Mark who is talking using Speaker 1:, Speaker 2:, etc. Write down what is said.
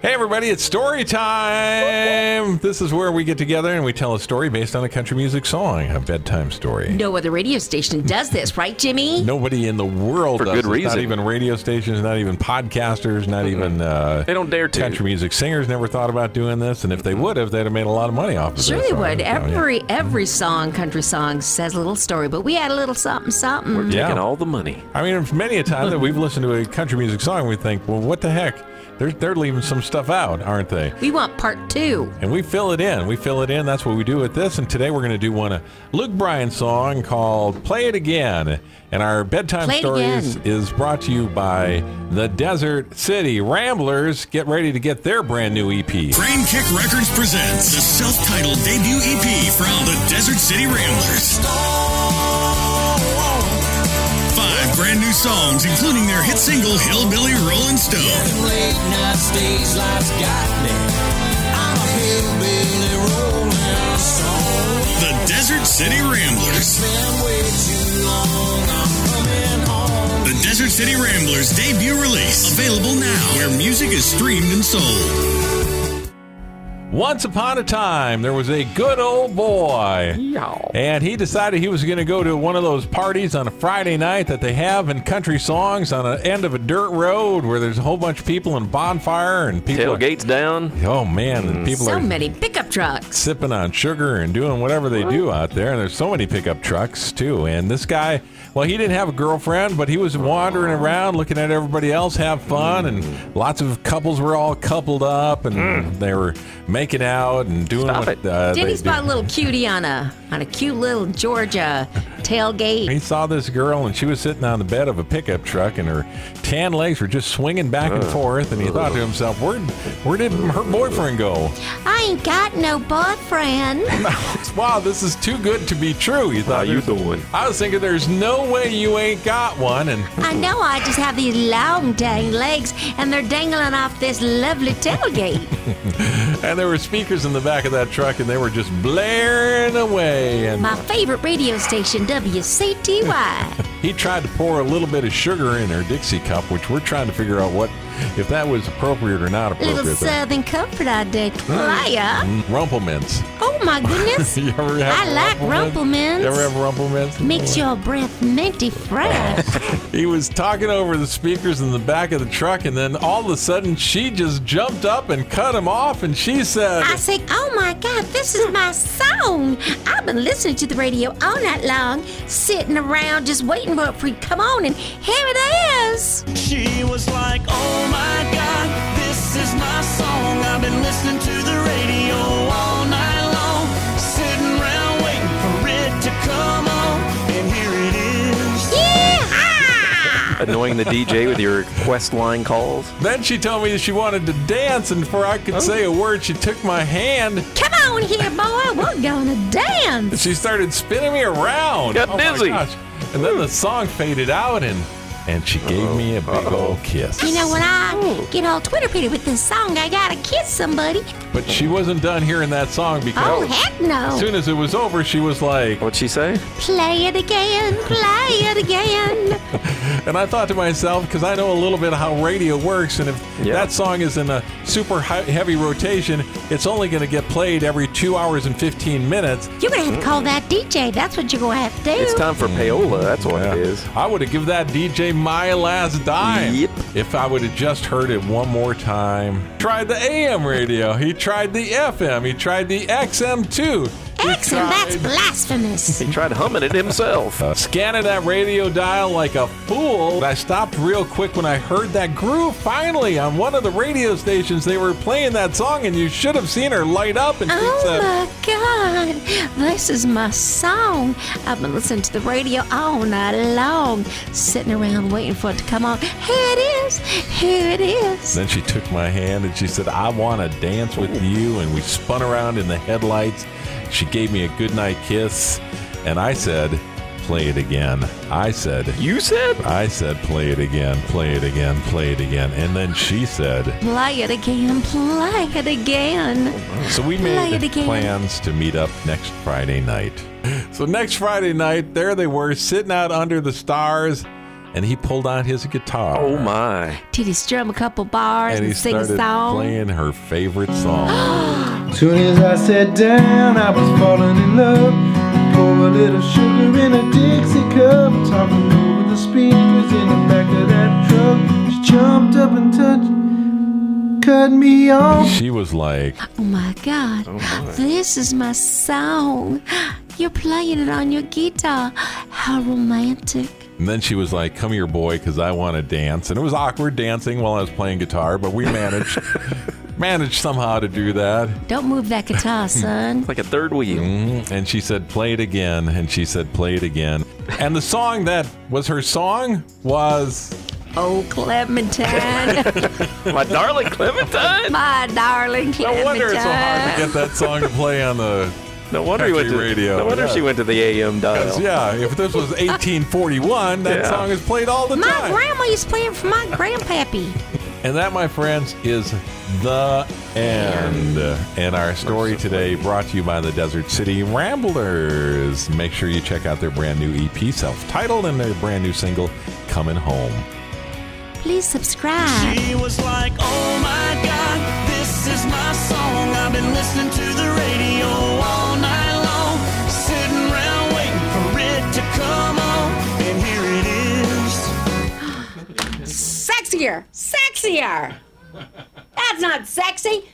Speaker 1: Hey, everybody, it's story time. This is where we get together and we tell a story based on a country music song, a bedtime story.
Speaker 2: No other radio station does this, right, Jimmy?
Speaker 1: Nobody in the world
Speaker 3: For
Speaker 1: does
Speaker 3: good
Speaker 1: this.
Speaker 3: reason.
Speaker 1: Not even radio stations, not even podcasters, not even uh,
Speaker 3: They don't dare to.
Speaker 1: country music singers never thought about doing this. And if they would have, they'd have made a lot of money off of
Speaker 2: Sure
Speaker 1: this.
Speaker 2: they
Speaker 1: So,
Speaker 2: would.
Speaker 1: you know, Oh, yeah.
Speaker 2: Every every song, country song, says a little story, but we add a little something, something.
Speaker 3: We're
Speaker 1: Yeah.
Speaker 3: taking all the money.
Speaker 1: I mean, it's many a time that we've listened to a country music song, and we think, well, what the heck? They're, they're leaving some stuff out, aren't they?
Speaker 2: we want part two.
Speaker 1: And we fill it in. We fill it in. That's what we do with this. And today we're going to do one, a Luke Bryan song called Play It Again. And our bedtime
Speaker 2: Play it
Speaker 1: stories
Speaker 2: again.
Speaker 1: is brought to you by the Desert City Ramblers. Get ready to get their brand new E EP.
Speaker 4: Brain Kick Records presents the self titled debut EP from the Desert City Ramblers. Five brand new songs, including their hit single Hillbilly Rolling Stone.
Speaker 5: Late night stage lights got me. I'm a hillbilly rolling stone.
Speaker 4: The Desert City Ramblers.
Speaker 5: Been way too long. I'm coming home.
Speaker 4: The Desert City Ramblers debut release. Available now where music is streamed and sold.
Speaker 1: Once upon a time, there was a good old boy. And he decided he was going to go to one of those parties on a Friday night that they have in country songs on the end of a dirt road where there's a whole bunch of people and bonfire and people.
Speaker 3: Tailgates down.
Speaker 1: Oh man, and people
Speaker 2: Mm. So
Speaker 1: are
Speaker 2: many pickup trucks.
Speaker 1: sipping on sugar and doing whatever they do out there. And there's so many pickup trucks too. And this guy, well, he didn't have a girlfriend, but he was wandering around looking at everybody else have fun. And lots of couples were all coupled up, and they were making out and doing
Speaker 3: Stop
Speaker 1: what
Speaker 3: it.
Speaker 1: uh,
Speaker 2: Did
Speaker 1: they
Speaker 2: he
Speaker 1: do.
Speaker 2: spot a little cutie on a on a cute little Georgia tailgate?
Speaker 1: He saw this girl, and she was sitting on the bed of a pickup truck, and her tan legs were just swinging back and forth. And he thought to himself, "Where, where did her boyfriend go?"
Speaker 2: I ain't got no boyfriend.
Speaker 1: wow, this is too good to be true. He thought.
Speaker 3: you
Speaker 1: "There's-
Speaker 3: doing?"
Speaker 1: I was thinking, "There's no way you ain't got one." And
Speaker 2: I know I just have these long dang legs and they're dangling off this lovely tailgate.
Speaker 1: and there were speakers in the back of that truck, and they were just blaring away. And
Speaker 2: My favorite radio station, WCTY.
Speaker 1: he tried to pour a little bit of sugar in her Dixie cup, which we're trying to figure out what if that was appropriate or not
Speaker 2: Little
Speaker 1: appropriate.
Speaker 2: Southern comfort I declare.
Speaker 1: Mm, Rumplemans.
Speaker 2: Oh my goodness.
Speaker 1: You ever have
Speaker 2: I like
Speaker 1: Rumplemans? You ever have
Speaker 2: Rumplemans.
Speaker 1: Rumplemans?
Speaker 2: Makes your breath minty fresh.
Speaker 1: He was talking over the speakers in the back of the truck, and then all of a sudden, she just jumped up and cut him off, and she said,
Speaker 2: I said, Oh my God, this is my song. I've been listening to the radio all night long, sitting around just waiting for it to come on, and here it is.
Speaker 5: She was like, Oh my God, this is my song. I've been listening to the radio all night long, sitting around waiting for it to come on, and here it is.
Speaker 2: Yeah!
Speaker 3: Annoying the DJ with your quest line calls.
Speaker 1: Then she told me that she wanted to dance, and before I could say a word, she took my hand.
Speaker 2: Come on here, boy. We're gonna dance.
Speaker 1: and She started spinning me around.
Speaker 3: Got
Speaker 1: oh
Speaker 3: dizzy.
Speaker 1: My gosh. And then the song faded out, and and she gave me a big old kiss.
Speaker 2: You know, when I get all Twitter pitty with this song, I gotta kiss somebody.
Speaker 1: But she wasn't done hearing that song
Speaker 2: Oh,
Speaker 1: because
Speaker 2: heck
Speaker 1: as
Speaker 2: no.
Speaker 1: soon as it was over, she was like,
Speaker 3: What'd she say?
Speaker 2: Play it again, play it again.
Speaker 1: And I thought to myself, because I know a little bit how radio works, and if
Speaker 3: Yeah.
Speaker 1: that song is in a super hi- heavy rotation, it's only going to get played every two hours and 15 minutes.
Speaker 2: You're gonna have to call that DJ. That's what you're gonna have to do.
Speaker 3: It's time
Speaker 1: Mm.
Speaker 3: for payola. That's what it is.
Speaker 1: I would have given that DJ my last dime
Speaker 3: Yep.
Speaker 1: if I would have just heard it one more time. Tried the AM radio, he tried the FM, he tried the XM too. He
Speaker 2: Excellent. That's
Speaker 1: tried-
Speaker 2: blasphemous.
Speaker 3: He tried humming it himself.
Speaker 1: Uh, Scanning that radio dial like a fool. But I stopped real quick when I heard that groove finally on one of the radio stations. They were playing that song, and you should have seen her light up. And she
Speaker 2: Oh
Speaker 1: said,
Speaker 2: my God, this is my song. I've been listening to the radio all night long, sitting around waiting for it to come on. Here it is, here it is.
Speaker 1: Then she took my hand and she said, I want to dance with you. And we spun around in the headlights. She gave me a goodnight kiss. And I said, Play it again. I said,
Speaker 3: You said?
Speaker 1: I said, Play it again, play it again, play it again. And then she said,
Speaker 2: Play it again, play it again.
Speaker 1: So we
Speaker 2: Play
Speaker 1: made
Speaker 2: it again.
Speaker 1: plans to meet up next Friday night. So next Friday night, there they were sitting out under the stars, and he pulled out his guitar.
Speaker 3: Oh my!
Speaker 2: Did he strum a couple bars
Speaker 1: And he
Speaker 2: and, sing a
Speaker 1: started
Speaker 2: song?
Speaker 1: playing her favorite song.
Speaker 6: Soon as I sat down, I was falling in love. Pour a little sugar in a Dixie cup, talking over the speakers in the back of that truck. She jumped up and touched, cut me off.
Speaker 1: she was like,
Speaker 2: Oh my God, this is my song. You're playing it on your guitar. How romantic.
Speaker 1: and then she was like, "Come here, boy, because I want to dance." And it was awkward dancing while I was playing guitar, but we managed managed somehow to do that.
Speaker 2: Don't move that guitar, son.
Speaker 3: It's like a third wheel.
Speaker 1: Mhm. And she said, "Play it again." And she said, "Play it again." And the song that was her song was
Speaker 2: Oh, Clementine,
Speaker 1: Mm.
Speaker 3: My darling Clementine.
Speaker 2: my darling Clementine.
Speaker 3: No wonder it's so hard
Speaker 1: get that song to play on the
Speaker 3: No wonder he went to
Speaker 1: Country radio,
Speaker 3: No wonder
Speaker 1: yeah.
Speaker 3: she went to the AM dial.
Speaker 1: yeah. If this was 1841, that
Speaker 3: Yeah.
Speaker 1: song is played all the
Speaker 2: My
Speaker 1: time.
Speaker 2: grandma used to play it for my grandpappy.
Speaker 1: And that, my friends, is the end. And our story today brought to you by the Desert City Ramblers. Make sure you check out their brand new EP, self titled, and their brand new single, Coming Home.
Speaker 2: Please subscribe.
Speaker 5: She was like, oh my God, this is my song. I've been listening to the radio all night long, sitting around waiting for it to come on. And here it is.
Speaker 2: Sexier, sexier. That's not sexy.